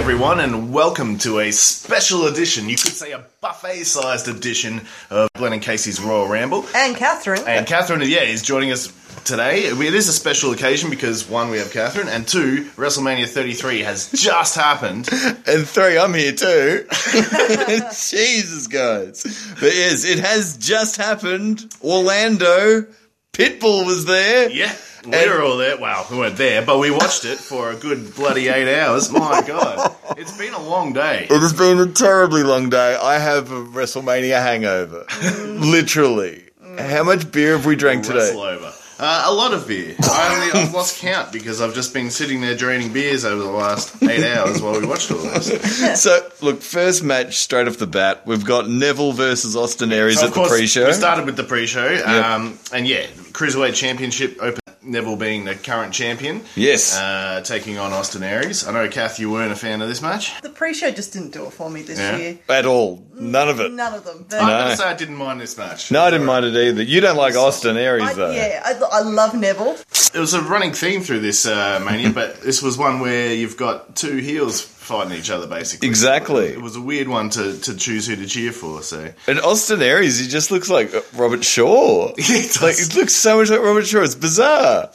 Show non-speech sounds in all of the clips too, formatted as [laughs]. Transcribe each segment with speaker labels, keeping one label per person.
Speaker 1: everyone, and welcome to a special edition, you could say a buffet sized edition of Glenn and Casey's Royal Ramble.
Speaker 2: And Catherine.
Speaker 1: [laughs] And Catherine, yeah, is joining us today. It is a special occasion because, one, we have Catherine, and two, WrestleMania 33 has just happened.
Speaker 3: And three, I'm here too. [laughs] Jesus, guys. But yes, it has just happened. Orlando, Pitbull was
Speaker 1: [laughs]
Speaker 3: there.
Speaker 1: Yeah. We were all there. Wow, we weren't there, but we watched it for a good bloody eight hours. [laughs] My God. It's been a long day.
Speaker 3: It has been a terribly long day. I have a WrestleMania hangover. [laughs] Literally. How much beer have we drank today?
Speaker 1: Wrestle over. Uh, a lot of beer. I only, I've lost count because I've just been sitting there draining beers over the last eight hours while we watched all this.
Speaker 3: So, look, first match straight off the bat, we've got Neville versus Austin Aries
Speaker 1: So,
Speaker 3: at the pre-show.
Speaker 1: We started with the pre-show, um, and yeah, Cruiserweight Championship open. Neville being the current champion,
Speaker 3: Yes.
Speaker 1: uh, taking on Austin Aries. I know, Kath, you weren't a fan of this match.
Speaker 2: The pre-show just didn't do it for me this
Speaker 1: Yeah.
Speaker 2: year.
Speaker 3: at all. None of it.
Speaker 2: None of them. They-
Speaker 1: I'm
Speaker 3: No.
Speaker 1: gonna say I didn't mind this match.
Speaker 3: No, I didn't mind it either. You don't like Austin Aries,
Speaker 2: I,
Speaker 3: though.
Speaker 2: yeah, I, I love Neville.
Speaker 1: It was a running theme through this uh,
Speaker 3: [laughs]
Speaker 1: mania, but this was one where you've got two heels fighting each other, basically.
Speaker 3: Exactly.
Speaker 1: It was a weird one to, to choose who to cheer for.
Speaker 3: [laughs]
Speaker 1: So
Speaker 3: And Austin Aries, he just looks like
Speaker 1: [laughs]
Speaker 3: Robert Shaw.
Speaker 1: does.
Speaker 3: like it looks so much like Robert Shaw. It's bizarre.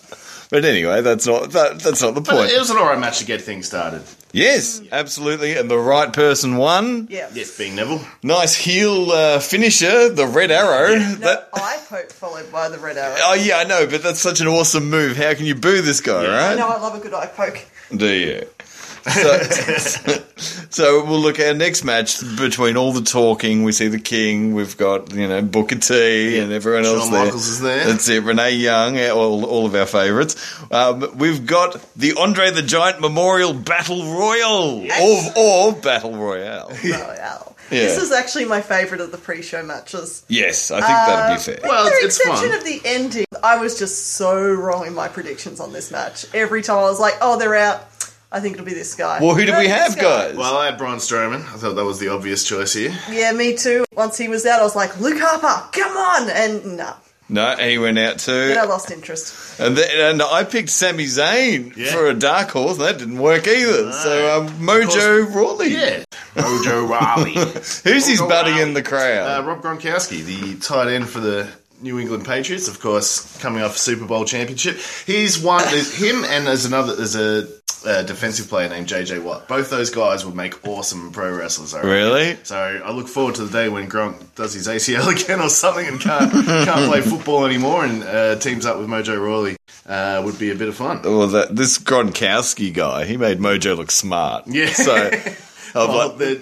Speaker 3: But anyway, that's not that, that's not the
Speaker 1: But
Speaker 3: point.
Speaker 1: it was an alright match to get things started.
Speaker 3: yes, absolutely. And the right person won.
Speaker 2: Yeah.
Speaker 1: Yes, being Neville.
Speaker 3: Nice heel uh, finisher, the red arrow.
Speaker 2: No,
Speaker 3: That,
Speaker 2: I poke followed by the red arrow.
Speaker 3: oh yeah, I know. But that's such an awesome move. How can you boo this guy,
Speaker 1: Yeah.
Speaker 3: right?
Speaker 2: No, I love a good eye poke.
Speaker 3: Do you? So, [laughs] so we'll look at our next match between all the talking. We see the King. We've got you know Booker T and everyone
Speaker 1: Shawn
Speaker 3: else there.
Speaker 1: Michaels is there.
Speaker 3: That's it. Renee Young, eh, all, all of our favourites. Um, we've got the Andre the Giant Memorial Battle Royal or, or Battle Royale.
Speaker 2: Royale.
Speaker 3: [laughs] Yeah.
Speaker 2: This is actually my favourite of the pre-show matches. Um,
Speaker 3: yes, I think that'd be fair.
Speaker 1: Well,
Speaker 2: With the
Speaker 1: it's- it's
Speaker 2: exception
Speaker 1: fun.
Speaker 2: of the ending, I was just so wrong in my predictions on this match. Every time I was like, "Oh, they're out. I think it'll be this guy."
Speaker 3: Well, who do
Speaker 2: No,
Speaker 3: we
Speaker 2: this
Speaker 3: have,
Speaker 2: guy.
Speaker 3: guys?
Speaker 1: Well, I had Braun Strowman. I thought that was the obvious choice here.
Speaker 2: Yeah, me too. Once he was out, I was like, "Luke Harper, come on!" And no,
Speaker 3: no, he went out too.
Speaker 2: then I lost interest.
Speaker 3: And, then, and I picked Sami Zayn
Speaker 1: Yeah.
Speaker 3: for a dark horse, and that didn't work either. So um, Mojo Rawley,
Speaker 1: [laughs] Yeah, Mojo Riley.
Speaker 3: who's his
Speaker 1: Mojo
Speaker 3: buddy
Speaker 1: Rawley.
Speaker 3: in the crowd?
Speaker 1: Uh, Rob Gronkowski, the tight end for the New England Patriots, of course, coming off a Super Bowl championship. He's one. There's him, and there's another. There's a, uh defensive player named JJ Watt. Both those guys would make awesome pro wrestlers. I reckon.
Speaker 3: really?
Speaker 1: So I look forward to the day when Gronk does his ACL [laughs] again or something and can't can't play football anymore and uh, teams up with Mojo Rawley. Uh, would be a bit of fun.
Speaker 3: Well, that, this Gronkowski guy, he made Mojo look smart.
Speaker 1: Yeah. [laughs] Oh,
Speaker 3: So. I'm
Speaker 1: Well,
Speaker 3: like,
Speaker 1: the-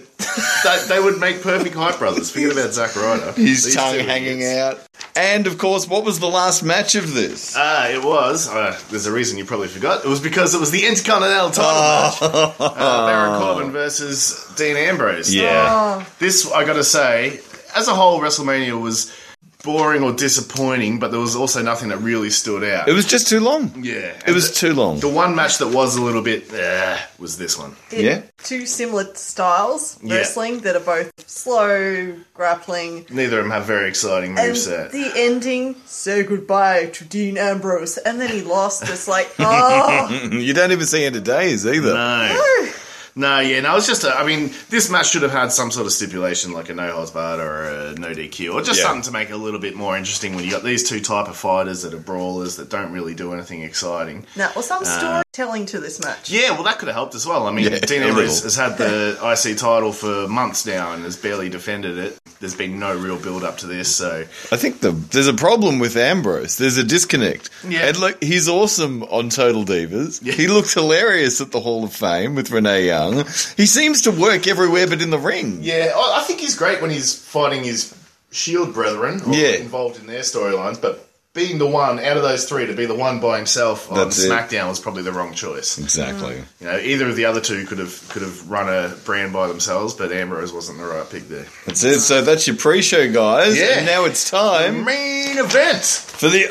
Speaker 1: that- [laughs] they would make perfect hype brothers. Forget about Zack Ryder.
Speaker 3: his
Speaker 1: These
Speaker 3: tongue
Speaker 1: two
Speaker 3: hanging
Speaker 1: idiots.
Speaker 3: out. And of course, what was the last match of this?
Speaker 1: Ah, it was. Uh, there's a reason you probably forgot. It was because it was the Intercontinental title
Speaker 3: Oh.
Speaker 1: match. Uh, Baron Corbin versus Dean Ambrose.
Speaker 2: Oh,
Speaker 1: This, I gotta say, as a whole, WrestleMania was boring or disappointing, but there was also nothing that really stood out.
Speaker 3: It was just too long.
Speaker 1: yeah.
Speaker 3: It was too
Speaker 1: [laughs]
Speaker 3: long.
Speaker 1: The one match that was a little bit uh, was this one.
Speaker 2: it-
Speaker 3: Yeah.
Speaker 2: Two similar styles
Speaker 1: Yeah.
Speaker 2: wrestling that are both slow grappling.
Speaker 1: Neither of them have very exciting
Speaker 2: And
Speaker 1: moveset.
Speaker 2: the ending, say goodbye to Dean Ambrose, and then he lost.
Speaker 1: [laughs]
Speaker 2: It's like, oh,
Speaker 3: You don't even see end of days either.
Speaker 1: no. No, yeah, no, it's just, a, I mean, this match should have had some sort of stipulation like a no holds barred or a no DQ or just
Speaker 3: Yeah.
Speaker 1: something to make it a little bit more interesting when you got these two type of fighters that are brawlers that don't really do anything exciting.
Speaker 2: now was some storytelling to this
Speaker 1: [laughs]
Speaker 2: match.
Speaker 1: Yeah, well, that could have helped as well. I mean,
Speaker 3: Yeah,
Speaker 1: Dean
Speaker 3: a
Speaker 1: Ambrose
Speaker 3: little.
Speaker 1: has had the IC title for months now and has barely defended it. There's been no real build up to this, so
Speaker 3: I think the, there's a problem with Ambrose. There's a disconnect.
Speaker 1: Yeah.
Speaker 3: And look, he's awesome on Total Divas. He looks hilarious at the Hall of Fame with Renee Young. He seems to work everywhere but in the ring.
Speaker 1: Yeah, I I think he's great when he's fighting his shield E brethren or
Speaker 3: Yeah.
Speaker 1: involved in their storylines, but being the one out of those three to be the one by himself on
Speaker 3: That's it.
Speaker 1: SmackDown was probably the wrong choice.
Speaker 3: Exactly.
Speaker 1: You know, either of the other two could have could have run a brand by themselves, but Ambrose wasn't the right pick there.
Speaker 3: That's it. So that's your pre-show, guys.
Speaker 1: Yeah.
Speaker 3: And now it's time
Speaker 1: Main event.
Speaker 3: for the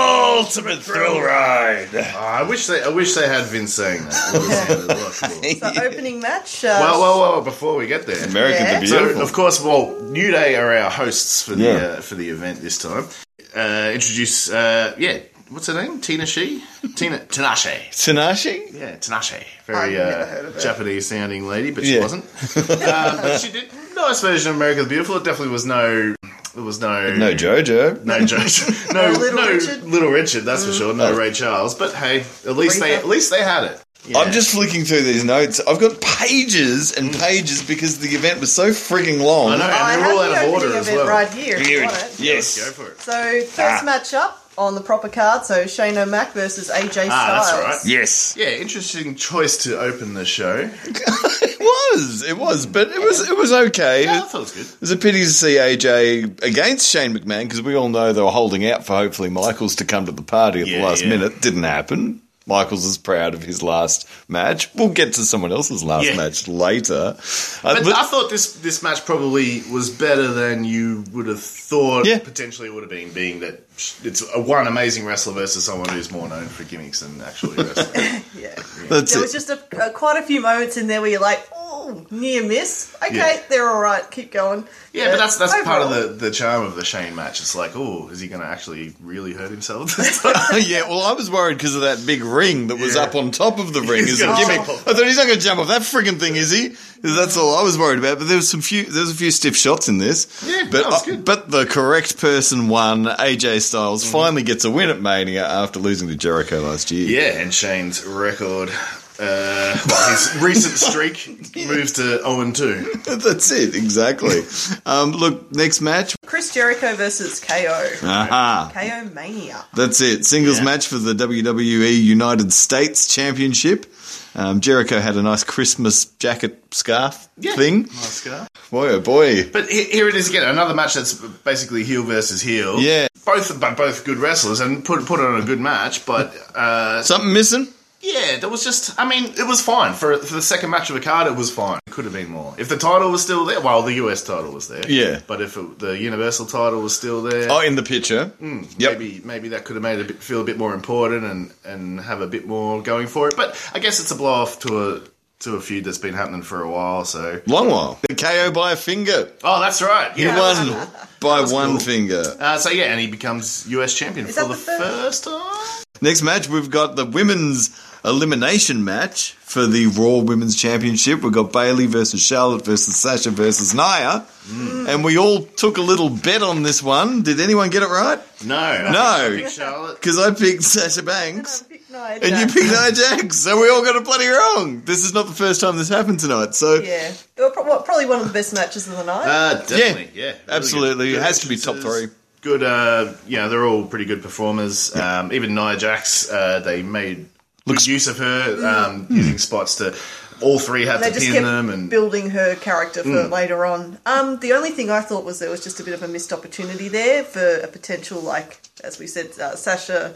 Speaker 3: ultimate thrill ride.
Speaker 1: Ah, I wish they I wish they had Vince [laughs] saying that. It would've sounded a lot cooler.
Speaker 2: The opening match. Uh,
Speaker 1: Well, well, well, before we get there,
Speaker 3: Americans
Speaker 2: Yeah.
Speaker 3: are
Speaker 1: So,
Speaker 3: beautiful.
Speaker 1: of course, well, New Day are our hosts for the
Speaker 3: Yeah.
Speaker 1: uh, for the event this time. Uh, introduce, uh, yeah, what's her name? Tina She? Tina Tinashe.
Speaker 3: Tanashi?
Speaker 1: Yeah, Tinashe. Very
Speaker 2: I've never heard
Speaker 1: uh,
Speaker 2: of her.
Speaker 1: Japanese sounding lady, but she
Speaker 3: Yeah. [laughs]
Speaker 1: wasn't. um, but she did nice version of America the Beautiful. It definitely was no there was no
Speaker 3: No JoJo.
Speaker 1: No
Speaker 2: [laughs]
Speaker 1: Jojo. No,
Speaker 2: No Little
Speaker 1: no
Speaker 2: Richard. Mm.
Speaker 1: Little Richard, that's for sure. No
Speaker 3: Oh.
Speaker 1: Ray Charles. But hey, at least they
Speaker 2: Rita.
Speaker 1: at least they had it. Yeah.
Speaker 3: I'm just flicking through these notes. I've got pages and pages because the event was so freaking long.
Speaker 1: I know,
Speaker 2: Oh, I
Speaker 1: and they're
Speaker 2: have
Speaker 1: all
Speaker 2: the
Speaker 1: out of
Speaker 2: opening
Speaker 1: order as
Speaker 2: event
Speaker 1: well. Ah.
Speaker 2: right here. if you
Speaker 3: Weird.
Speaker 2: want it.
Speaker 3: Yes.
Speaker 1: Go for it.
Speaker 2: So first match up on the proper card. So Shane O'Mac versus AJ
Speaker 1: Ah, that's
Speaker 2: Styles.
Speaker 1: right.
Speaker 3: Yes.
Speaker 1: Yeah, interesting choice to open the show.
Speaker 3: [laughs] it was. It was. But it was it was okay.
Speaker 1: Yeah, I
Speaker 3: It
Speaker 1: thought it was good.
Speaker 3: was a pity to see AJ against Shane McMahon because we all know they were holding out for hopefully Michaels to come to the party at
Speaker 1: Yeah,
Speaker 3: the last
Speaker 1: yeah.
Speaker 3: minute. Didn't happen. Michaels is proud of his last match. We'll get to someone else's last
Speaker 1: Yeah.
Speaker 3: match later. Uh,
Speaker 1: But,
Speaker 3: but-
Speaker 1: I thought this this match probably was better than you would have thought.
Speaker 3: Yeah.
Speaker 1: Potentially would have been, being that it's a one amazing wrestler versus someone who's more known for gimmicks than actually wrestling.
Speaker 2: Yeah.
Speaker 3: that's
Speaker 2: There
Speaker 3: it.
Speaker 2: was just a, a, quite a few moments in there where you're like, oh, near miss. Okay,
Speaker 1: Yeah.
Speaker 2: they're all right. Keep going.
Speaker 1: yeah, but that's that's part
Speaker 2: overall-
Speaker 1: of the, the charm of the Shane match. It's like, oh, is he going to actually really hurt himself this time?
Speaker 3: [laughs] yeah, well, I was worried because of that big ring that was
Speaker 1: Yeah.
Speaker 3: up on top of the ring
Speaker 1: He's
Speaker 3: as a
Speaker 1: gonna
Speaker 3: gimmick.
Speaker 1: jump off.
Speaker 3: I thought he's not going to jump off that frigging thing, is he? That's all I was worried about. But there was some few, there was a few stiff shots in this.
Speaker 1: Yeah,
Speaker 3: but
Speaker 1: that was
Speaker 3: uh,
Speaker 1: good. Mm-hmm.
Speaker 3: but the correct person won. AJ Styles finally gets a win at Mania after losing to Jericho last year.
Speaker 1: Yeah, and Shane's record, uh, well, his recent streak moves to 0 and 2.
Speaker 3: [laughs] that's
Speaker 1: [laughs]
Speaker 3: it exactly. um, look, next match.
Speaker 2: Chris Jericho versus KO.
Speaker 3: Aha.
Speaker 2: KO
Speaker 1: [laughs]
Speaker 2: Mania.
Speaker 3: That's it. Singles
Speaker 1: Yeah.
Speaker 3: match for the WWE United States Championship. Um, Jericho had a nice Christmas jacket scarf thing.
Speaker 1: Nice guy.
Speaker 3: Boy, oh boy.
Speaker 1: But he- here it is again, another match that's basically heel versus heel.
Speaker 3: Yeah.
Speaker 1: Both but both good wrestlers and put put on a good match, but uh,
Speaker 3: Something missing?
Speaker 1: yeah, there was just I mean, it was fine for for the second match of a card. It was fine. It could have been more if the title was still there. Well, the US title was there.
Speaker 3: Yeah.
Speaker 1: but if it, the Universal title was still there,
Speaker 3: Oh, in the picture.
Speaker 1: Hmm.
Speaker 3: yep.
Speaker 1: maybe maybe that could have made it a bit, feel a bit more important and and have a bit more going for it. But I guess it's a blow off to a to a feud that's been happening for a while. So
Speaker 3: Long while. The KO by a finger.
Speaker 1: oh, that's right.
Speaker 3: He
Speaker 1: Yeah.
Speaker 3: won by one
Speaker 1: cool.
Speaker 3: finger.
Speaker 1: Uh, so yeah, and he becomes US champion for
Speaker 2: that
Speaker 1: the,
Speaker 2: the first-
Speaker 1: first time.
Speaker 3: Next match, we've got the women's elimination match for the Raw Women's Championship. We've got Bailey versus Charlotte versus Sasha versus Naya.
Speaker 1: Hmm.
Speaker 3: And we all took a little bet on this one. Did anyone get it right?
Speaker 1: No, I
Speaker 3: No.
Speaker 1: think Charlotte.
Speaker 3: Because I picked Sasha Banks.
Speaker 2: Nia
Speaker 3: And you
Speaker 2: Jax.
Speaker 3: picked Nia Jax, so we all got it bloody wrong. This is not the first time this happened tonight. So
Speaker 2: Yeah. They were pro- what, probably one of the best matches of the night.
Speaker 1: Uh, definitely, yeah,
Speaker 3: Yeah,
Speaker 1: really
Speaker 3: absolutely. It has to be top
Speaker 1: entrances.
Speaker 3: three.
Speaker 1: Good, uh, you know, they're all pretty good performers. Um, even Nia Jax, uh, they made good use of her um,
Speaker 3: Hmm.
Speaker 1: using spots to. All three had
Speaker 2: they
Speaker 1: to
Speaker 2: just
Speaker 1: pin
Speaker 2: kept
Speaker 1: them, and Mm.
Speaker 2: building her character for later on. Um, the only thing I thought was there was just a bit of a missed opportunity there for a potential, like as we said, uh, Sasha.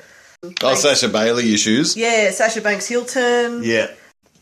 Speaker 3: Oh, Sasha Bailey issues.
Speaker 2: Yeah, Sasha Banks heel turn.
Speaker 1: Yeah.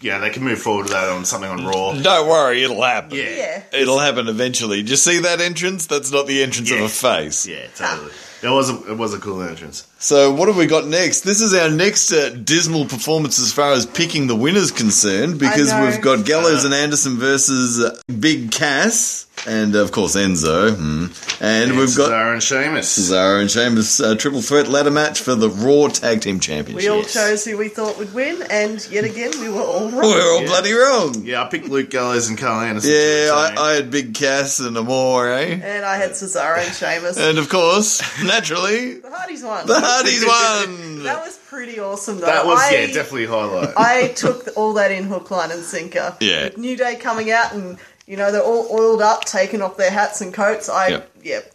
Speaker 1: Yeah, they can move forward with that on something on Raw.
Speaker 3: Don't worry, it'll happen.
Speaker 1: Yeah.
Speaker 2: Yeah.
Speaker 3: It'll happen eventually. Do you see that entrance? That's not the entrance of
Speaker 1: Yeah.
Speaker 3: a face.
Speaker 1: Yeah, totally. It was a, it was a cool entrance.
Speaker 3: So, what have we got next? This is our next uh, dismal performance as far as picking the winners concerned, because
Speaker 2: know.
Speaker 3: we've got Gallows and Anderson versus uh, Big Cass, and of course Enzo. Hmm. And we've got
Speaker 1: Cesaro and Sheamus.
Speaker 3: Cesaro and Sheamus uh, triple threat ladder match for the Raw Tag Team Championship.
Speaker 2: We all chose who we thought would win, and yet again we were all wrong.
Speaker 3: [laughs] We're all
Speaker 1: Yeah.
Speaker 3: bloody wrong. Yeah,
Speaker 1: Yeah, I picked Luke Gallows and Carl Anderson.
Speaker 3: I, I had Big Cass and Amore, eh?
Speaker 2: and I had Cesaro and Sheamus. the
Speaker 3: And of course, naturally,
Speaker 2: Hardys won.
Speaker 3: Uh, the [laughs] Hardys won.
Speaker 2: that was pretty awesome, though.
Speaker 1: that was
Speaker 2: I,
Speaker 1: yeah, definitely a highlight.
Speaker 2: I took all that in hook, line, and sinker.
Speaker 3: Yeah.
Speaker 2: With New Day coming out, and you know they're all oiled up, taking off their hats and coats. I
Speaker 3: Yep.
Speaker 2: yep.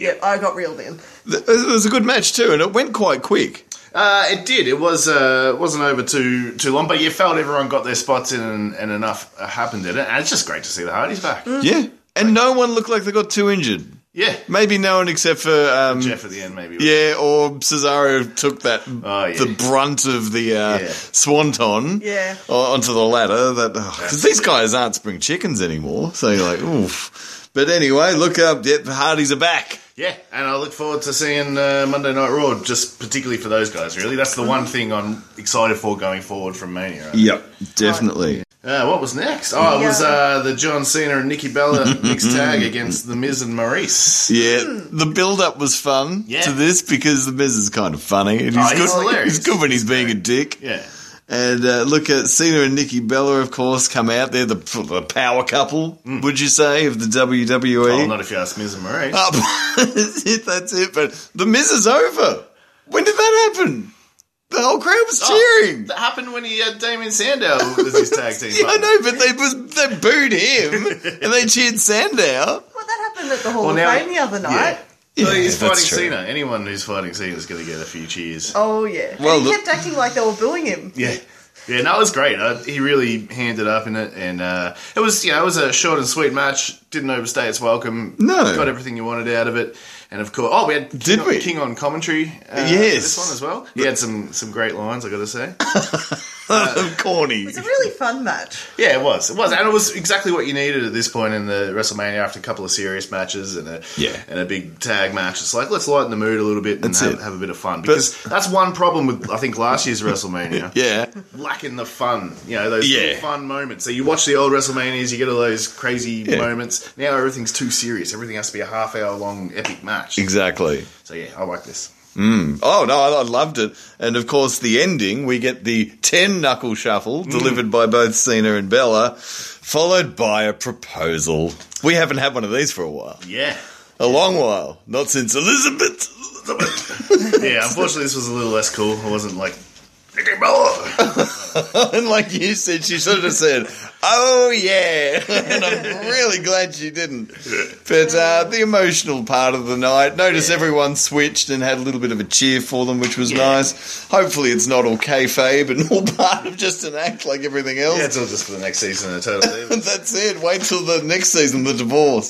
Speaker 2: Yep, I got reeled in.
Speaker 3: Th- It was a good match too, and it went quite quick.
Speaker 1: uh, it did. It was uh, it wasn't over too too long, but you felt everyone got their spots in, and, and enough uh, happened in it. And it's just great to see the Hardys back.
Speaker 3: Yeah, and no one looked like they got too injured.
Speaker 1: Yeah,
Speaker 3: Maybe no one except for um,
Speaker 1: Jeff at the end maybe.
Speaker 3: yeah, or Cesaro took that
Speaker 1: Oh, yeah.
Speaker 3: the brunt of the uh,
Speaker 1: Yeah.
Speaker 3: swanton
Speaker 2: Yeah.
Speaker 3: o- onto the ladder. That because these guys aren't spring chickens anymore, so you're like oof. But anyway, look up. Yep, the Hardys are back.
Speaker 1: yeah. And I look forward to seeing uh, Monday Night Raw, just particularly
Speaker 3: Mm.
Speaker 1: for those guys. Really, that's the one thing I'm excited for going forward from Mania. Right?
Speaker 3: Yep, definitely.
Speaker 1: Uh, what was next? Oh, it was uh, the John Cena and Nikki
Speaker 3: [laughs]
Speaker 1: Bella mixed tag against The Miz and Maurice.
Speaker 3: Yeah, the build-up was fun
Speaker 1: Yeah.
Speaker 3: to this because the Miz is kind of funny, and he's,
Speaker 1: Oh, he's
Speaker 3: good.
Speaker 1: hilarious.
Speaker 3: He's good when he's being a dick.
Speaker 1: Yeah.
Speaker 3: And uh, look at Cena and Nikki Bella, of course, come out. They're the, the power couple, would you say, of the
Speaker 1: Hmm. Well,
Speaker 3: WWE?
Speaker 1: Oh,
Speaker 3: [laughs]
Speaker 1: not if you ask Miz and Maurice.
Speaker 3: Up. that's it. Oh, That's it. But the Miz is over. When did that happen? The whole crowd was
Speaker 1: Oh,
Speaker 3: cheering.
Speaker 1: That happened when he had Damien Sandow as his tag team.
Speaker 3: [laughs] yeah, I
Speaker 1: partner.
Speaker 3: know, but they was they booed
Speaker 1: [laughs]
Speaker 3: him and they cheered Sandow.
Speaker 2: Well, that happened at the Hall
Speaker 1: Well,
Speaker 2: of
Speaker 1: now-
Speaker 2: Fame the other night.
Speaker 1: So he's fighting
Speaker 3: Yeah, that's true.
Speaker 1: Cena. Anyone who's fighting Cena is going to get a few cheers.
Speaker 2: Oh yeah.
Speaker 3: Well,
Speaker 2: and he
Speaker 3: look-
Speaker 2: kept acting like they were booing him.
Speaker 1: Yeah. Yeah, no, it was great. Uh, he really handed up in it, and uh, it was you know it was a short and sweet match. Didn't overstay its welcome.
Speaker 3: No.
Speaker 1: got everything you wanted out of it, and of course, oh, we had King
Speaker 3: Did
Speaker 1: on,
Speaker 3: we?
Speaker 1: King on commentary? Uh,
Speaker 3: Yes.
Speaker 1: this one as well. He had some some great lines. I got to say,
Speaker 3: [laughs] Corny.
Speaker 1: [laughs]
Speaker 2: It's a really fun match.
Speaker 1: yeah, it was, it was, and it was exactly what you needed at this point in the WrestleMania after a couple of serious matches and a
Speaker 3: Yeah.
Speaker 1: and a big tag match. It's like let's lighten the mood a little bit and
Speaker 3: That's
Speaker 1: have,
Speaker 3: it.
Speaker 1: have a bit of fun because that's one problem with I think last
Speaker 3: [laughs]
Speaker 1: year's WrestleMania.
Speaker 3: Yeah.
Speaker 1: lacking the fun, you know, those
Speaker 3: Yeah.
Speaker 1: little fun moments. So you watch the old WrestleManias, you get all those crazy
Speaker 3: Yeah.
Speaker 1: moments. Now everything's too serious. Everything has to be a half hour long epic match.
Speaker 3: Exactly.
Speaker 1: So yeah, I like this.
Speaker 3: Oh no, I I loved it. And of course, the ending we get the ten knuckle shuffle
Speaker 1: Mm.
Speaker 3: delivered by both Cena and Bella, followed by a proposal. We haven't had one of these for a while,
Speaker 1: Yeah.
Speaker 3: a long while, not since Elizabeth. [laughs]
Speaker 1: Yeah, unfortunately this was a little less cool. I wasn't like "Nikki
Speaker 3: [laughs]
Speaker 1: Bella."
Speaker 3: and like you said, she should have said, "Oh yeah," [laughs] and I'm really glad she didn't. But uh, the emotional part of the night, notice everyone switched and had a little bit of a cheer for them, which was
Speaker 1: Yeah.
Speaker 3: nice. Hopefully, it's not all kayfabe and [laughs] all part of just an act like everything else.
Speaker 1: Yeah, it's all just for the next season of Total Divas.
Speaker 3: [laughs] That's it. Wait till the next season, the divorce.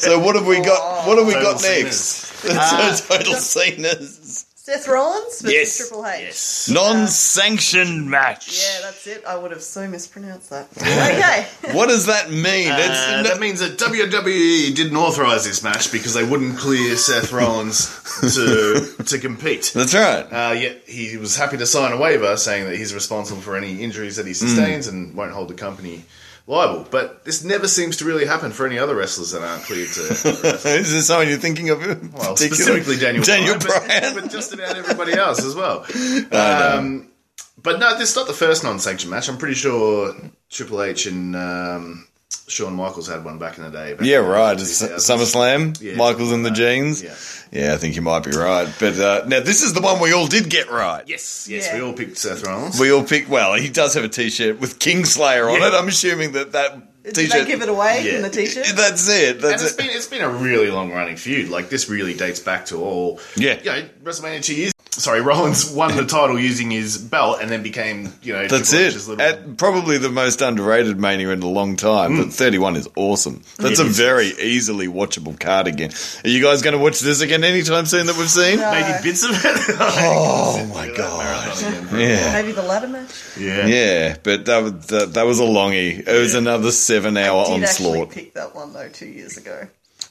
Speaker 3: So what have we got? What have we
Speaker 1: Total
Speaker 3: got [laughs] next?
Speaker 2: Ah.
Speaker 3: total
Speaker 1: [laughs]
Speaker 3: sceners.
Speaker 2: Seth Rollins versus
Speaker 3: Yes.
Speaker 2: Triple H.
Speaker 1: Yes.
Speaker 3: Non-sanctioned match.
Speaker 2: Yeah, that's it. I would have so mispronounced
Speaker 1: [laughs]
Speaker 2: that. okay.
Speaker 3: What does that mean? It's-
Speaker 1: Uh,
Speaker 3: no-
Speaker 1: that means that WWE didn't authorize this match because they wouldn't clear Seth Rollins to to compete.
Speaker 3: that's right. [laughs]
Speaker 1: Uh, yet he was happy to sign a waiver saying that he's responsible for any injuries that he sustains and won't hold the company liable. But this never seems to really happen for any other wrestlers that aren't cleared to.
Speaker 3: Is there someone you're thinking of? in
Speaker 1: Well,
Speaker 3: particular?
Speaker 1: specifically Daniel,
Speaker 3: Daniel
Speaker 1: Bryan, but- [laughs]
Speaker 3: Bryan.
Speaker 1: But, just about everybody else as well. Um, but no, this is not the first non sanctioned match. I'm pretty sure Triple H and um, Shawn Michaels had one back in the day. back
Speaker 3: [laughs] Yeah,
Speaker 1: in the
Speaker 3: right. It's
Speaker 1: 2000s.
Speaker 3: SummerSlam.
Speaker 1: Yeah.
Speaker 3: Michaels in the jeans.
Speaker 1: Yeah.
Speaker 3: Yeah, I think you might be right. But uh, now this is the one we all did get right.
Speaker 1: Yes, yes,
Speaker 2: Yeah.
Speaker 1: we all picked Seth Rollins.
Speaker 3: We all picked. Well, he does have a T-shirt with Kingslayer on
Speaker 1: Yeah.
Speaker 3: it. I'm assuming that that
Speaker 2: Did they
Speaker 3: T-shirt.
Speaker 2: give it away
Speaker 1: Yeah.
Speaker 2: in the t-shirt?
Speaker 1: [laughs]
Speaker 3: That's it.
Speaker 1: And
Speaker 3: That's
Speaker 1: it's
Speaker 3: it.
Speaker 1: been it's been a really long running feud. Like this really dates back to all
Speaker 3: Yeah.
Speaker 1: you know, WrestleMania two years. Sorry, Rollins won the title using his belt and then became you know
Speaker 3: That's
Speaker 1: Triple H's
Speaker 3: it. Mm.
Speaker 1: little-
Speaker 3: At probably the most underrated mania in a long time. But 31 is awesome. That's
Speaker 1: It
Speaker 3: a
Speaker 1: is.
Speaker 3: very easily watchable card again. Are you guys going to watch this again anytime soon that we've seen?
Speaker 2: No.
Speaker 1: maybe bits of it. [laughs]
Speaker 3: Oh my god.
Speaker 1: god!
Speaker 3: Yeah.
Speaker 2: Maybe the ladder match.
Speaker 1: [laughs] Yeah.
Speaker 3: Yeah, but that was that, that was a longie. It was another seven hour
Speaker 2: Did actually
Speaker 3: onslaught.
Speaker 2: pick that one though two years ago.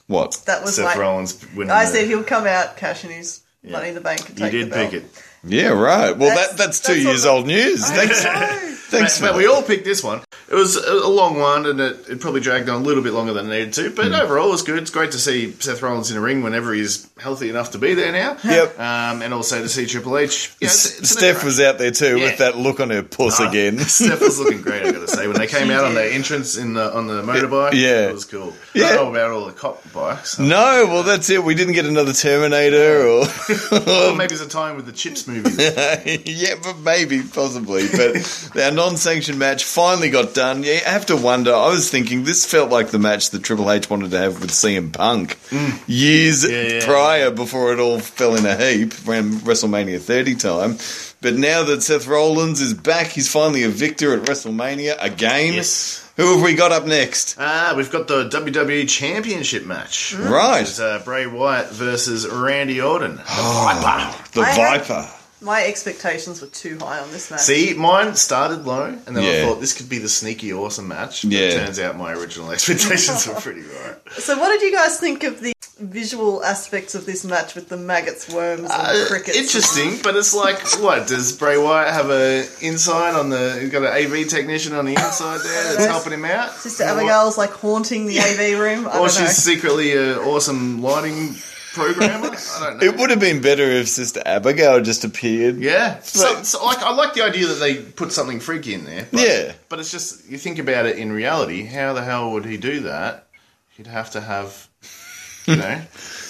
Speaker 3: What?
Speaker 2: That was
Speaker 1: Seth
Speaker 2: like
Speaker 1: Rollins winning.
Speaker 2: I
Speaker 1: the-
Speaker 2: said he'll come out cashing his money in the bank. And
Speaker 1: you
Speaker 2: take
Speaker 1: did
Speaker 2: the belt.
Speaker 1: pick it.
Speaker 3: Yeah, right. Well,
Speaker 2: That's-
Speaker 3: that that's two
Speaker 2: that's
Speaker 3: years
Speaker 2: what-
Speaker 3: old news.
Speaker 1: [laughs]
Speaker 3: Thanks,
Speaker 2: No.
Speaker 3: thanks,
Speaker 1: But
Speaker 3: Phil.
Speaker 1: we all picked this one. It was a a long one, and it, it probably dragged on a little bit longer than it needed to. But
Speaker 3: Hmm.
Speaker 1: overall, it was good. It's great to see Seth Rollins in a ring whenever he's healthy enough to be there now.
Speaker 3: Yep.
Speaker 1: Um, and also to see Triple H. Yeah, it's- it's
Speaker 3: S-
Speaker 1: an
Speaker 3: Steph was out there too
Speaker 1: Yeah.
Speaker 3: with that look on her puss
Speaker 1: Ah, [laughs]
Speaker 3: again. [laughs]
Speaker 1: Steph was looking great. I got to say,
Speaker 2: [laughs]
Speaker 1: when they came out on their entrance in the on the motorbike,
Speaker 3: Yeah.
Speaker 1: it was cool. I
Speaker 3: Yeah.
Speaker 1: don't know about all the cop bikes.
Speaker 3: no, well that's it. We didn't get another Terminator or [laughs]
Speaker 1: Or maybe it's a time with the Chips movie.
Speaker 3: yeah, but maybe, possibly. But
Speaker 1: [laughs]
Speaker 3: our non-sanctioned match finally got done. Yeah, I have to wonder. I was thinking this felt like the match that Triple H wanted to have with CM Punk years
Speaker 1: Mm. yeah,
Speaker 3: prior, before it all fell in a heap around WrestleMania 30 time. But now that Seth Rollins is back, he's finally a victor at WrestleMania again.
Speaker 1: Yes.
Speaker 3: Who have we got up next?
Speaker 1: Ah, we've got the WWE Championship match.
Speaker 3: Right,
Speaker 1: It's uh, Bray Wyatt versus Randy Orton. The
Speaker 3: Oh.
Speaker 1: Viper.
Speaker 3: the
Speaker 2: I had-
Speaker 3: Viper.
Speaker 2: My expectations were too high on this match.
Speaker 1: See, mine started low, and then
Speaker 3: Yeah.
Speaker 1: I thought this could be the sneaky awesome match. But
Speaker 3: Yeah.
Speaker 1: [laughs] It turns out my original expectations were pretty right.
Speaker 2: So what did you guys think of the visual aspects of this match with the maggots, worms, and Oh, crickets.
Speaker 1: Uh, Interesting, but it's like, what does Bray Wyatt have a inside on the? He's got an AV technician on the inside there that's helping him out.
Speaker 2: Sister
Speaker 1: You know what?
Speaker 2: Abigail's like haunting the AV room. I
Speaker 1: or
Speaker 2: don't know.
Speaker 1: she's secretly an awesome lighting programmer. I don't know.
Speaker 3: It would have been better if Sister Abigail just appeared.
Speaker 1: Yeah. So, so like I like the idea that they put something freaky in there. But,
Speaker 3: Yeah.
Speaker 1: But it's just you think about it in reality, how the hell would he do that? He'd have to have you
Speaker 3: [laughs]
Speaker 1: know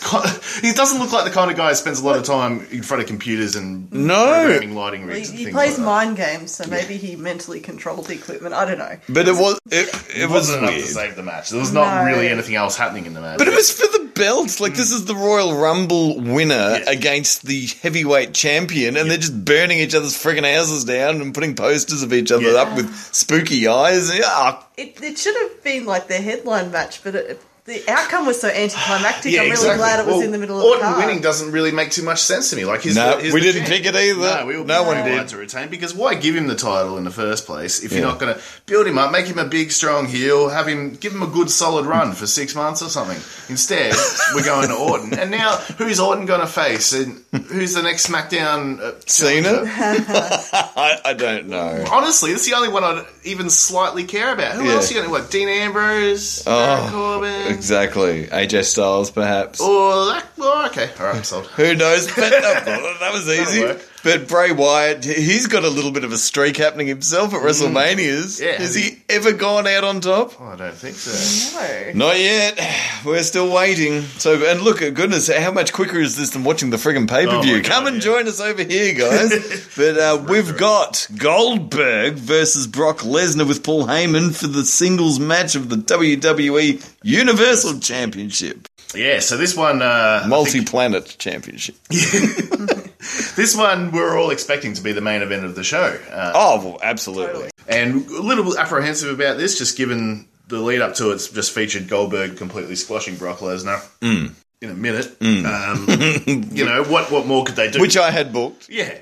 Speaker 1: co- he doesn't look like the kind of guy who spends a lot of time in front of computers and
Speaker 3: No.
Speaker 1: programming lighting rigs
Speaker 2: He, he
Speaker 1: and things
Speaker 2: plays
Speaker 1: like that.
Speaker 2: mind games, so maybe he mentally controlled the equipment. I don't know.
Speaker 3: But it was it, it
Speaker 1: It
Speaker 3: was
Speaker 1: wasn't enough to
Speaker 3: weird.
Speaker 1: save the match. There was not
Speaker 2: No.
Speaker 1: really anything else happening in the match.
Speaker 3: But it was for the belt. Like this is the Royal Rumble winner
Speaker 1: Yeah.
Speaker 3: against the heavyweight champion, and they're just burning each other's freaking houses down and putting posters of each other
Speaker 1: Yeah.
Speaker 3: up with spooky eyes. And, ah,
Speaker 2: It, it should have been like their headline match, but it, the outcome was so
Speaker 3: [sighs]
Speaker 2: anticlimactic.
Speaker 1: Yeah,
Speaker 2: I'm really
Speaker 1: exactly.
Speaker 2: glad it was
Speaker 1: Well,
Speaker 2: in the middle of
Speaker 1: Orton
Speaker 2: the card.
Speaker 1: winning doesn't really make too much sense to me. Like, he's
Speaker 3: no,
Speaker 1: the- he's
Speaker 3: we
Speaker 1: the
Speaker 3: didn't
Speaker 1: champ.
Speaker 3: pick it either.
Speaker 1: No, we all
Speaker 3: no one
Speaker 1: wanted
Speaker 3: did.
Speaker 1: to retain because why give him the title in the first place if
Speaker 3: Yeah.
Speaker 1: you're not going to build him up, make him a big, strong heel, have him give him a good, solid run for six months or something?
Speaker 3: [laughs]
Speaker 1: Instead, we're going to Orton, and now who's Orton going to face, and who's the next SmackDown? Uh, [laughs]
Speaker 3: Cena? [laughs]
Speaker 1: challenger?
Speaker 3: I, I don't know.
Speaker 1: Honestly, it's the only one I'd even slightly care about. Who
Speaker 3: Yeah.
Speaker 1: else are you going to? What Dean Ambrose,
Speaker 3: Oh,
Speaker 1: Baron Corbin?
Speaker 3: Exactly. AJ Styles, perhaps.
Speaker 1: Or that? Oh, okay, all right, I'm sold.
Speaker 3: Who knows?
Speaker 1: [laughs]
Speaker 3: But that, that was easy.
Speaker 1: work.
Speaker 3: But Bray Wyatt, he's got a little bit of a streak happening himself at WrestleManias.
Speaker 1: Mm. Yeah.
Speaker 3: Has he ever gone out on top?
Speaker 1: Oh, I don't think so.
Speaker 2: No.
Speaker 3: Not yet. We're still waiting. So, and look, goodness, how much quicker is this than watching the friggin' pay per
Speaker 1: Oh
Speaker 3: view?
Speaker 1: my God,
Speaker 3: Come and
Speaker 1: yeah.
Speaker 3: join us over
Speaker 1: [laughs]
Speaker 3: here, guys. but uh, we've got Goldberg versus Brock Lesnar with Paul Heyman for the singles match of the WWE Universal Championship,
Speaker 1: Yeah, so this one, uh, I think-
Speaker 3: multi planet championship.
Speaker 1: This one we're all expecting to be the main event of the show, uh,
Speaker 3: Oh, well, absolutely.
Speaker 1: and a little bit apprehensive about this, just given the lead up to it's just featured Goldberg completely squashing Brock Lesnar
Speaker 3: Mm.
Speaker 1: in a minute.
Speaker 3: [laughs]
Speaker 1: Um, you know what? What more could they do?
Speaker 3: Which I had booked. [laughs]
Speaker 1: yeah.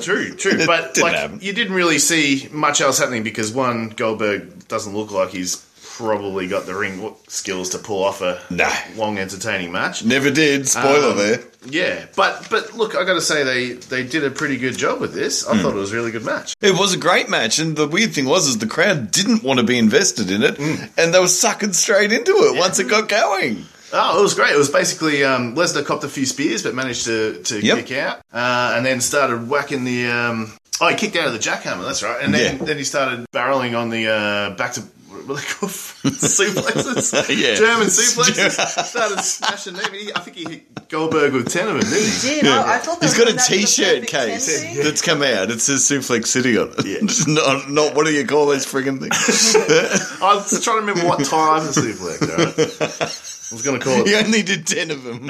Speaker 1: true, true. But
Speaker 3: didn't
Speaker 1: like
Speaker 3: happen.
Speaker 1: you didn't really see much else happening because one, Goldberg doesn't look like he's probably got the ring skills to pull off a
Speaker 3: No.
Speaker 1: long entertaining match.
Speaker 3: Never did. Spoiler
Speaker 1: Um,
Speaker 3: there.
Speaker 1: Yeah, but but look, I got to say they they did a pretty good job with this.
Speaker 3: Mm.
Speaker 1: I thought it was a really good match.
Speaker 3: It was a great match, and the weird thing was, is the crowd didn't want to be invested in it, and they were sucking straight into it once it got going.
Speaker 1: Oh, it was great. It was basically um, Lesnar copped a few spears, but managed to to
Speaker 3: Yep.
Speaker 1: kick out, uh, and then started whacking the. Um, oh, he kicked out of the jackhammer. That's right. And then
Speaker 3: Yeah.
Speaker 1: then he started barreling on the uh, back to. What are they called? [laughs] suplexes?
Speaker 3: [laughs] Yeah.
Speaker 1: German
Speaker 3: [laughs]
Speaker 1: suplexes. Started smashing them. He- I think he hit Goldberg with 10 of them, didn't he?
Speaker 2: Gee, no, I thought
Speaker 3: He's
Speaker 2: there
Speaker 3: got a
Speaker 2: was that- the
Speaker 3: T-shirt
Speaker 2: perfect
Speaker 3: case [laughs]
Speaker 2: ten thing.
Speaker 3: that's come out. It says Suplex City on it. [laughs] not, not what do you call those friggin' things?
Speaker 1: I was trying to remember what time the suplex, all right? I was going to call it.
Speaker 3: [laughs] he only did ten of them.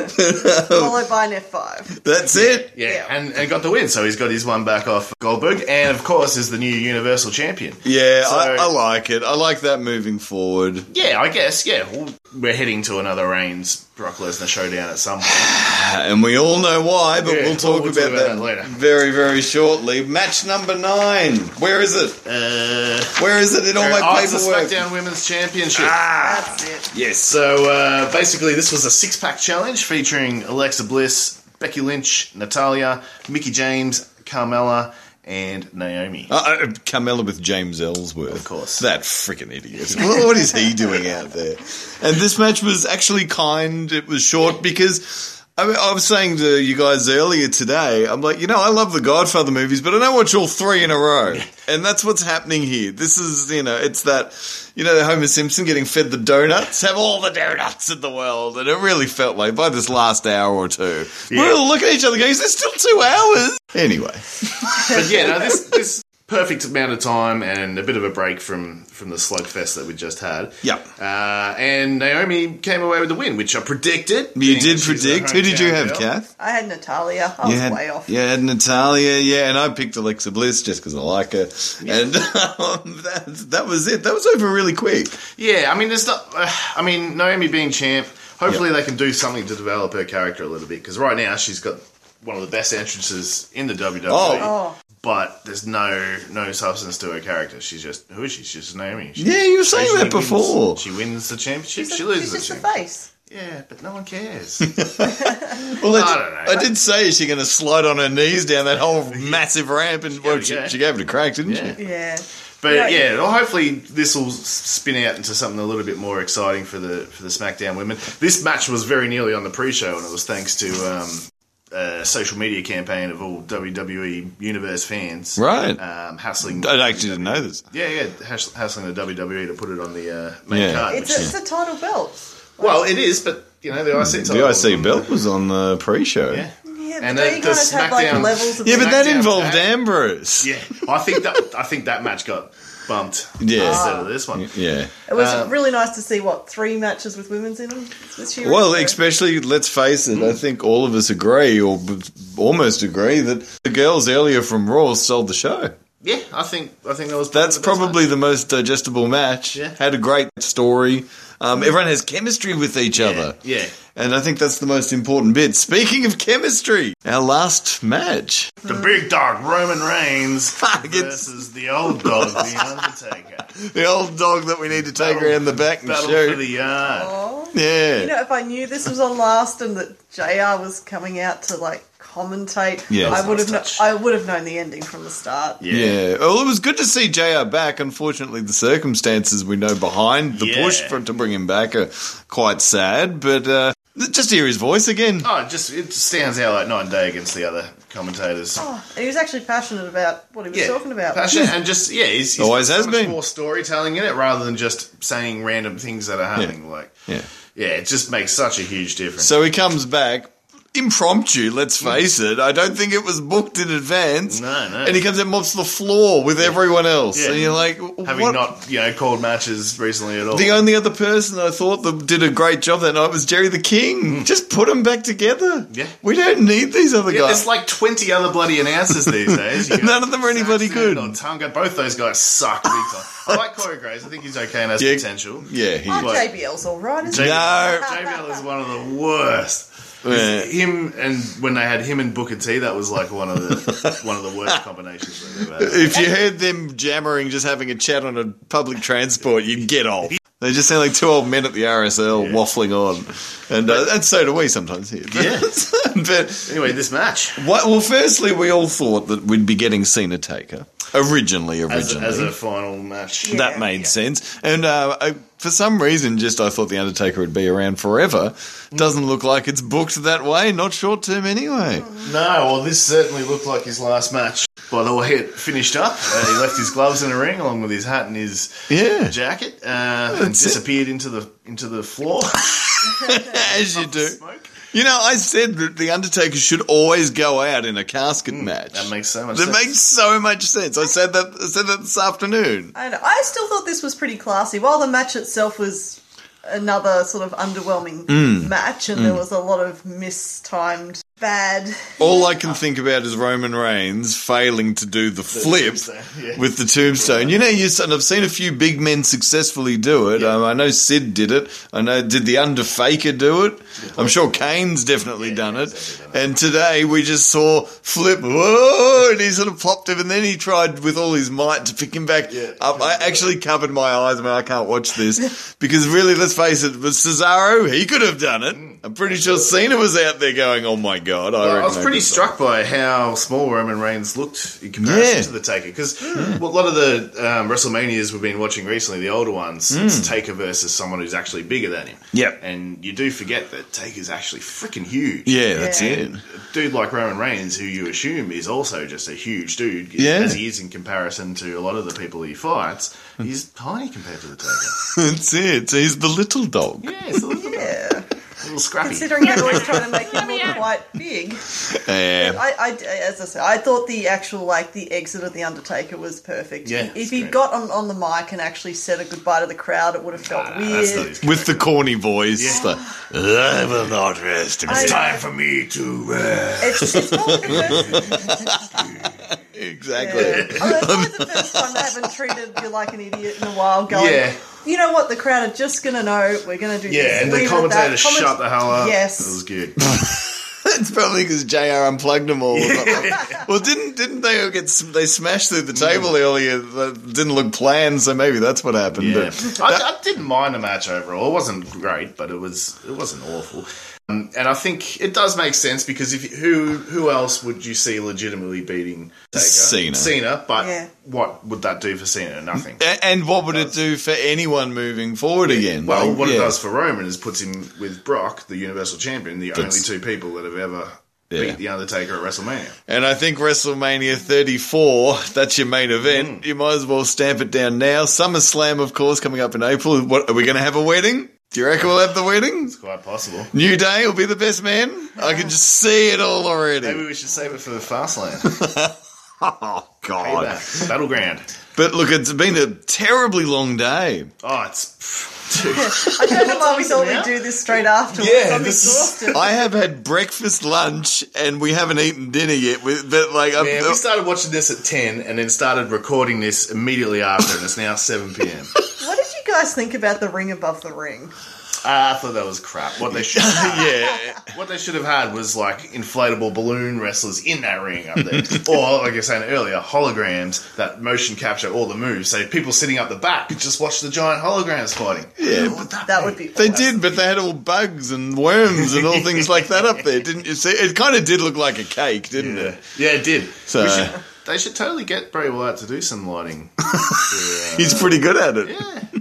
Speaker 2: Followed by an F5.
Speaker 3: That's it.
Speaker 1: Yeah,
Speaker 2: Yeah.
Speaker 1: And, and got the win. So he's got his one back off Goldberg, and of course is the new Universal Champion.
Speaker 3: Yeah,
Speaker 1: So-
Speaker 3: I, I like it. I like that moving forward.
Speaker 1: Yeah, I guess. Yeah, well, we're heading to another Reigns Brock Lesnar showdown at some point.
Speaker 3: And we all know why, but
Speaker 1: Yeah,
Speaker 3: we'll talk
Speaker 1: we'll
Speaker 3: about,
Speaker 1: talk about
Speaker 3: that
Speaker 1: that later.
Speaker 3: very, very shortly. Match number nine. Where is it?
Speaker 1: Uh,
Speaker 3: Where is it in all my
Speaker 1: oh, it's the
Speaker 3: paperwork? Ah.
Speaker 1: SmackDown Women's Championship.
Speaker 2: That's it.
Speaker 3: Yes.
Speaker 1: So uh, basically, this was a six pack challenge featuring Alexa Bliss, Becky Lynch, Natalia, Mickey James, Carmella, and Naomi.
Speaker 3: Uh, uh, Carmella with James Ellsworth. Of
Speaker 1: course.
Speaker 3: That freaking idiot. what, what is he doing out there? And this match was actually kind. It was short because I, mean, I was saying to you guys earlier today, I'm like, you know, I love the Godfather movies, but I don't watch all three in a row. And that's what's happening here. This is, you know, it's that, you know, Homer Simpson getting fed the donuts, have all the donuts in the world. And it really felt like by this last hour or two, we're all looking at each other going, is there still two hours? Anyway.
Speaker 1: But yeah, no, this this perfect amount of time and a bit of a break from from the slugfest that we just had.
Speaker 3: Yeah.
Speaker 1: Uh, and Naomi came away with the win, which I predicted.
Speaker 3: You
Speaker 1: being
Speaker 3: did
Speaker 1: she's a
Speaker 3: predict. Who did you
Speaker 1: hometown
Speaker 3: have,
Speaker 1: girl.
Speaker 3: Kath?
Speaker 2: I had Natalia. I
Speaker 3: You
Speaker 2: was
Speaker 3: had,
Speaker 2: way off.
Speaker 3: you had Natalia, yeah, and I picked Alexa Bliss just because I like her, and [laughs] um, that, that was it. That was over really quick.
Speaker 1: Yeah, I mean, there's not. Uh, [sighs] I mean, Naomi being champ. Hopefully, they can do something to develop her character a little bit because right now she's got one of the best entrances in the WWE.
Speaker 3: Oh.
Speaker 2: Oh.
Speaker 1: But there's no no substance to her character. She's just who is she? She's just Naomi. She
Speaker 3: Yeah, you were saying
Speaker 1: occasionally
Speaker 3: that before.
Speaker 1: Wins, she wins the championship.
Speaker 2: She's,
Speaker 1: she
Speaker 2: a,
Speaker 1: loses
Speaker 2: she's just
Speaker 1: the
Speaker 2: a
Speaker 1: championship.
Speaker 2: face.
Speaker 1: Yeah, but no one cares.
Speaker 3: Well, I,
Speaker 1: I
Speaker 3: did-
Speaker 1: don't know.
Speaker 3: I did say, is she going to slide on her knees down
Speaker 1: [laughs]
Speaker 3: that whole massive ramp? And well,
Speaker 1: it a
Speaker 3: she,
Speaker 1: go.
Speaker 3: she gave it a crack, didn't
Speaker 1: Yeah.
Speaker 3: she?
Speaker 2: Yeah.
Speaker 1: But
Speaker 2: Yeah,
Speaker 1: yeah,
Speaker 2: yeah.
Speaker 1: well, hopefully this will s- spin out into something a little bit more exciting for the for the SmackDown women. This match was very nearly on the pre-show, and it was thanks to um, a social media campaign of all WWE Universe fans,
Speaker 3: Right.
Speaker 1: Um, hassling,
Speaker 3: I actually didn't know this.
Speaker 1: yeah, yeah, hass- hassling the WWE to put it on the uh, main
Speaker 3: Yeah.
Speaker 1: card. Which
Speaker 2: It's a, it's a title belt.
Speaker 1: well, it is, but you know the IC title.
Speaker 3: The IC belt was on the pre-show.
Speaker 1: um, yeah,
Speaker 2: Yeah, but
Speaker 1: And
Speaker 2: don't
Speaker 1: the-
Speaker 2: you
Speaker 1: the
Speaker 2: kind of have like
Speaker 1: SmackDown-
Speaker 2: levels of
Speaker 3: Yeah, but that
Speaker 1: SmackDown
Speaker 3: involved
Speaker 1: tag.
Speaker 3: Ambrose.
Speaker 1: yeah. I think that I think that match got bumped
Speaker 3: Yeah.
Speaker 1: instead of this one.
Speaker 3: Yeah.
Speaker 2: It was
Speaker 1: uh,
Speaker 2: really nice to see what three matches with women's in them this year.
Speaker 3: Well,
Speaker 2: So-
Speaker 3: especially, let's face it, I think all of us agree, or b- almost agree, that the girls earlier from Raw sold the show.
Speaker 1: Yeah, I think I think that was
Speaker 3: That's
Speaker 1: the best match.
Speaker 3: probably the most digestible match.
Speaker 1: Yeah.
Speaker 3: Had a great story. Um, everyone has chemistry with each other.
Speaker 1: yeah.
Speaker 3: And I think that's the most important bit. Speaking of chemistry, our last match. [laughs]
Speaker 1: The big dog Roman Reigns
Speaker 3: Fuck, it's-
Speaker 1: versus the old dog, the Undertaker.
Speaker 3: The old dog that we need to take
Speaker 1: Battle-
Speaker 3: around the back and
Speaker 1: Battle
Speaker 3: show.
Speaker 1: for the yard.
Speaker 2: Oh.
Speaker 3: yeah.
Speaker 2: You know, if I knew this was on last and that JR was coming out to like commentate,
Speaker 3: Yeah.
Speaker 2: I would have.
Speaker 1: Nice touch.
Speaker 2: kno- I would have known the ending from the start.
Speaker 1: Yeah.
Speaker 3: yeah. Well, it was good to see JR back. Unfortunately, the circumstances we know behind the
Speaker 1: Yeah.
Speaker 3: push for, to bring him back are quite sad. But uh, just hear his voice again.
Speaker 1: Oh, it just it stands out like night and day against the other commentators.
Speaker 2: Oh, and he was actually passionate about what he was
Speaker 1: yeah,
Speaker 2: talking about.
Speaker 1: passion and just yeah, he's, he's
Speaker 3: Always
Speaker 1: got so
Speaker 3: has
Speaker 1: much
Speaker 3: been.
Speaker 1: more storytelling in it rather than just saying random things that are happening. Like
Speaker 3: Yeah.
Speaker 1: yeah, it just makes such a huge difference.
Speaker 3: So he comes back impromptu, let's face it. I don't think it was booked in advance.
Speaker 1: Hmm. No, no.
Speaker 3: And he comes and mops the floor with everyone else.
Speaker 1: Yeah.
Speaker 3: And you're like,
Speaker 1: Having
Speaker 3: what?
Speaker 1: not you know called matches recently at all.
Speaker 3: the only other person I thought that did a great job that night was Jerry the King. Just put them back together.
Speaker 1: Hmm. Yeah.
Speaker 3: We don't need these other
Speaker 1: yeah,
Speaker 3: guys.
Speaker 1: there's like 20 other bloody announcers these days.
Speaker 3: [laughs]
Speaker 1: You got
Speaker 3: None of them are any bloody
Speaker 1: Saxton
Speaker 3: good.
Speaker 1: Or Tonga. Both those guys suck big time. I like Corey Graves. I think he's okay and has
Speaker 3: Yeah.
Speaker 1: potential.
Speaker 3: yeah, he
Speaker 2: Oh,
Speaker 1: What?
Speaker 2: JBL's all right, isn't
Speaker 3: No.
Speaker 2: he?
Speaker 1: JBL is one of the worst.
Speaker 3: Yeah.
Speaker 1: Him and when they had him and Booker T, that was like one of
Speaker 3: [laughs]
Speaker 1: the one of the worst combinations they've ever had.
Speaker 3: If you heard them jammering, just having a chat on a public transport, you'd get off. They just sound like two old men at the RSL
Speaker 1: Yeah.
Speaker 3: waffling on, and uh, and so do we sometimes here.
Speaker 1: Yeah.
Speaker 3: [laughs] but
Speaker 1: Anyway, this match
Speaker 3: what, well, firstly, we all thought that we'd be getting Cena Taker originally. Originally,
Speaker 1: as, as a final match.
Speaker 2: Yeah.
Speaker 3: that made sense. And uh, I, for some reason, just I thought the Undertaker would be around forever. Doesn't look like it's booked that way. Not short term anyway.
Speaker 1: No, well, this certainly looked like his last match. By the way, it finished up. Uh, he left his gloves in a ring along with his hat and his
Speaker 3: Yeah,
Speaker 1: jacket uh, and
Speaker 3: That's it.
Speaker 1: disappeared into the into the floor.
Speaker 3: as you do.
Speaker 1: Smoke.
Speaker 3: You know, I said that the Undertaker should always go out in a casket match.
Speaker 1: Mm, That makes so much
Speaker 3: That
Speaker 1: sense.
Speaker 3: makes so much sense. I said that. I said that this afternoon.
Speaker 2: [laughs] I, don't know. I still thought this was pretty classy. While the match itself was another sort of underwhelming
Speaker 1: Mm.
Speaker 2: match, and there was a lot of mistimed bad.
Speaker 3: All I can think about is Roman Reigns failing to do the flip
Speaker 1: tombstone, yeah.
Speaker 3: with the tombstone. You know, you and I've seen a few big men successfully do it. Um, I know Sid did it. I know did the Underfaker do it? I'm sure Kane's definitely done it. And today we just saw flip. Whoa! And he sort of popped him, and then he tried with all his might to pick him back
Speaker 1: Yeah.
Speaker 3: up. I actually covered my eyes. I mean, I can't watch [laughs] this because really, let's face it, with Cesaro, he could have done it. I'm pretty sure Cena was out there going, "Oh my god!" I,
Speaker 1: Well, I
Speaker 3: reckon
Speaker 1: was
Speaker 3: I
Speaker 1: pretty
Speaker 3: could-
Speaker 1: struck by how small Roman Reigns looked in comparison
Speaker 3: Yeah. Hmm.
Speaker 1: to the Taker because a lot of the um, WrestleManias we've been watching recently, the older ones, it's Taker versus someone who's actually bigger than him.
Speaker 3: Hmm. Yep.
Speaker 1: and you do forget that Taker's actually freaking huge.
Speaker 3: Yeah, that's
Speaker 2: Yeah.
Speaker 3: it. [laughs]
Speaker 1: A dude like Roman Reigns, who you assume is also just a huge dude,
Speaker 3: Yeah.
Speaker 1: as he is in comparison to a lot of the people he fights,
Speaker 3: Hmm.
Speaker 1: he's tiny compared to the
Speaker 3: [laughs]
Speaker 1: Taker.
Speaker 3: That's it. So he's the little dog.
Speaker 1: yeah, he's a little,
Speaker 2: Yeah,
Speaker 1: little scrappy.
Speaker 2: considering they're always trying to make him look quite big.
Speaker 3: Yeah.
Speaker 2: I, I, as I said, I thought the actual like the exit of the Undertaker was perfect.
Speaker 1: Yeah,
Speaker 2: if
Speaker 1: it's
Speaker 2: he
Speaker 1: great.
Speaker 2: got on, on the mic and actually said a goodbye to the crowd, it would have felt
Speaker 1: Nah, that's not
Speaker 2: weird.
Speaker 1: his
Speaker 3: With the corny voice. The, I will not rest.
Speaker 2: I-
Speaker 3: until-"
Speaker 1: Time for me to rest.
Speaker 2: It's, it's probably the
Speaker 1: [laughs]
Speaker 2: first,
Speaker 3: exactly.
Speaker 2: yeah.
Speaker 3: [laughs]
Speaker 2: Although it's probably the first time they haven't treated you like an idiot in a while. Going,
Speaker 1: Yeah.
Speaker 2: you know what? The crowd are just going to know we're going to do this.
Speaker 1: Yeah, and the
Speaker 2: leave it at that."
Speaker 1: commentators
Speaker 2: Comment-
Speaker 1: shut the hell up.
Speaker 2: Yes.
Speaker 1: It was good.
Speaker 3: That's probably because Jr. unplugged them all. or something. [laughs] well, didn't didn't they all get sm- they smashed through the table earlier? That didn't look planned, so maybe that's what happened.
Speaker 1: Yeah,
Speaker 3: But
Speaker 1: I, I didn't mind the match overall. It wasn't great, but it was it wasn't awful. Um, and I think it does make sense because if who who else would you see legitimately beating Taker?
Speaker 3: Cena.
Speaker 1: Cena, but
Speaker 2: Yeah.
Speaker 1: what would that do for Cena? Nothing.
Speaker 3: a- and what would it do for anyone moving forward again?
Speaker 1: Well,
Speaker 3: Like,
Speaker 1: what
Speaker 3: yeah.
Speaker 1: it does for Roman is puts him with Brock, the Universal Champion, the only two people that have ever
Speaker 3: Yeah.
Speaker 1: beat the Undertaker at WrestleMania.
Speaker 3: And I think WrestleMania 34, [laughs] that's your main
Speaker 1: Mm.
Speaker 3: event. You might as well stamp it down now. SummerSlam, of course, coming up in April. What are we going to have a wedding? Do you reckon we'll have the wedding?
Speaker 1: Quite possible.
Speaker 3: New Day will be the best man. I can just see it all
Speaker 1: Maybe
Speaker 3: already.
Speaker 1: we should save it for Fastlane.
Speaker 3: Oh God!
Speaker 1: Payback. Battleground.
Speaker 3: But look, it's been a terribly long day.
Speaker 1: Oh, it's dude.
Speaker 2: I don't know why we thought
Speaker 1: now?
Speaker 2: we'd do this straight afterwards. I'm
Speaker 3: this
Speaker 2: exhausted.
Speaker 3: is, I have had breakfast, lunch, and we haven't eaten dinner yet. With but like, I'm,
Speaker 1: Man, we started watching this at 10 and then started recording this immediately after, and it's now 7
Speaker 3: [laughs]
Speaker 1: p.m. uh,
Speaker 2: What did you guys think about the ring above the ring?
Speaker 1: I thought that was crap. What they should have
Speaker 3: [laughs] yeah,
Speaker 1: [laughs] what they should have had was like inflatable balloon wrestlers in that ring up
Speaker 3: [laughs]
Speaker 1: there, or like you're saying earlier, holograms that motion capture all the moves. So people sitting up the back could just watch the giant holograms fighting.
Speaker 3: yeah.
Speaker 1: Would that
Speaker 2: That
Speaker 1: be-
Speaker 2: would be
Speaker 3: They
Speaker 2: awesome.
Speaker 3: did, but they had all bugs and worms and all things like that up there, didn't you? See, it kind of did look like a cake, didn't
Speaker 1: yeah.
Speaker 3: it?
Speaker 1: yeah, it did.
Speaker 3: So-
Speaker 1: We should- they should totally get Bray Wyatt to do some lighting. yeah.
Speaker 3: He's pretty good at it. [laughs]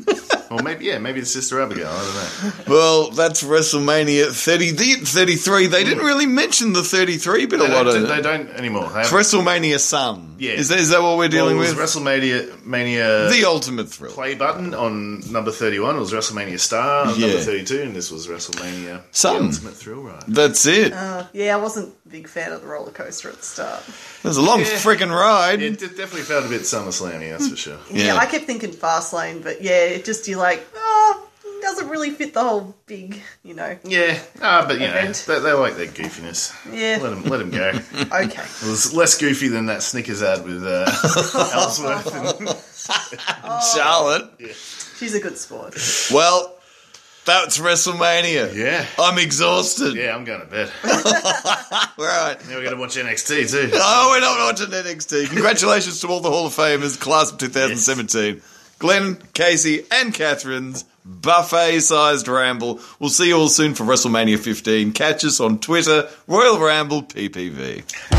Speaker 1: Or maybe, yeah, maybe it's Sister Abigail. I don't know.
Speaker 3: Well, that's WrestleMania 30, the- 33. They didn't really mention the 33 bit a
Speaker 1: They
Speaker 3: lot.
Speaker 1: don't,
Speaker 3: Of,
Speaker 1: they don't anymore. They haven't-
Speaker 3: WrestleMania some.
Speaker 1: Yeah.
Speaker 3: Is that, is that what we're dealing
Speaker 1: Well, it
Speaker 3: with?
Speaker 1: was WrestleMania Mania
Speaker 3: the ultimate thrill.
Speaker 1: play button on number thirty one. It was WrestleMania Star on
Speaker 3: Yeah.
Speaker 1: number thirty two, and this was WrestleMania
Speaker 3: Some.
Speaker 1: The Ultimate Thrill Ride.
Speaker 3: That's it.
Speaker 2: Uh, yeah, I wasn't a big fan of the roller coaster at the start.
Speaker 3: It was a long
Speaker 1: yeah.
Speaker 3: frickin' ride.
Speaker 1: It d- definitely felt a bit SummerSlammy, that's for sure.
Speaker 2: Yeah,
Speaker 3: Yeah.
Speaker 2: I kept thinking fast lane, but yeah, it just you're like, oh, it doesn't really fit the whole big, you know. [laughs]
Speaker 1: Yeah, ah, but you know,
Speaker 2: Event.
Speaker 1: they, they like their goofiness.
Speaker 2: Yeah.
Speaker 1: let them let them
Speaker 3: [laughs]
Speaker 1: go. it
Speaker 2: Okay.
Speaker 1: was less goofy than that Snickers ad with uh,
Speaker 3: [laughs]
Speaker 1: Ellsworth. And,
Speaker 3: Charlotte.
Speaker 2: She's a good sport.
Speaker 3: Well, that's WrestleMania.
Speaker 1: yeah,
Speaker 3: I'm exhausted.
Speaker 1: yeah, I'm going to bed.
Speaker 3: All right.
Speaker 1: Now we're going to watch NXT too.
Speaker 3: [laughs] Oh, we're not watching NXT. Congratulations to all the Hall of Famers, class of 2017. Glenn, Casey, and Catherine's buffet sized ramble. We'll see you all soon for WrestleMania 15. Catch us on Twitter, Royal Ramble PPV.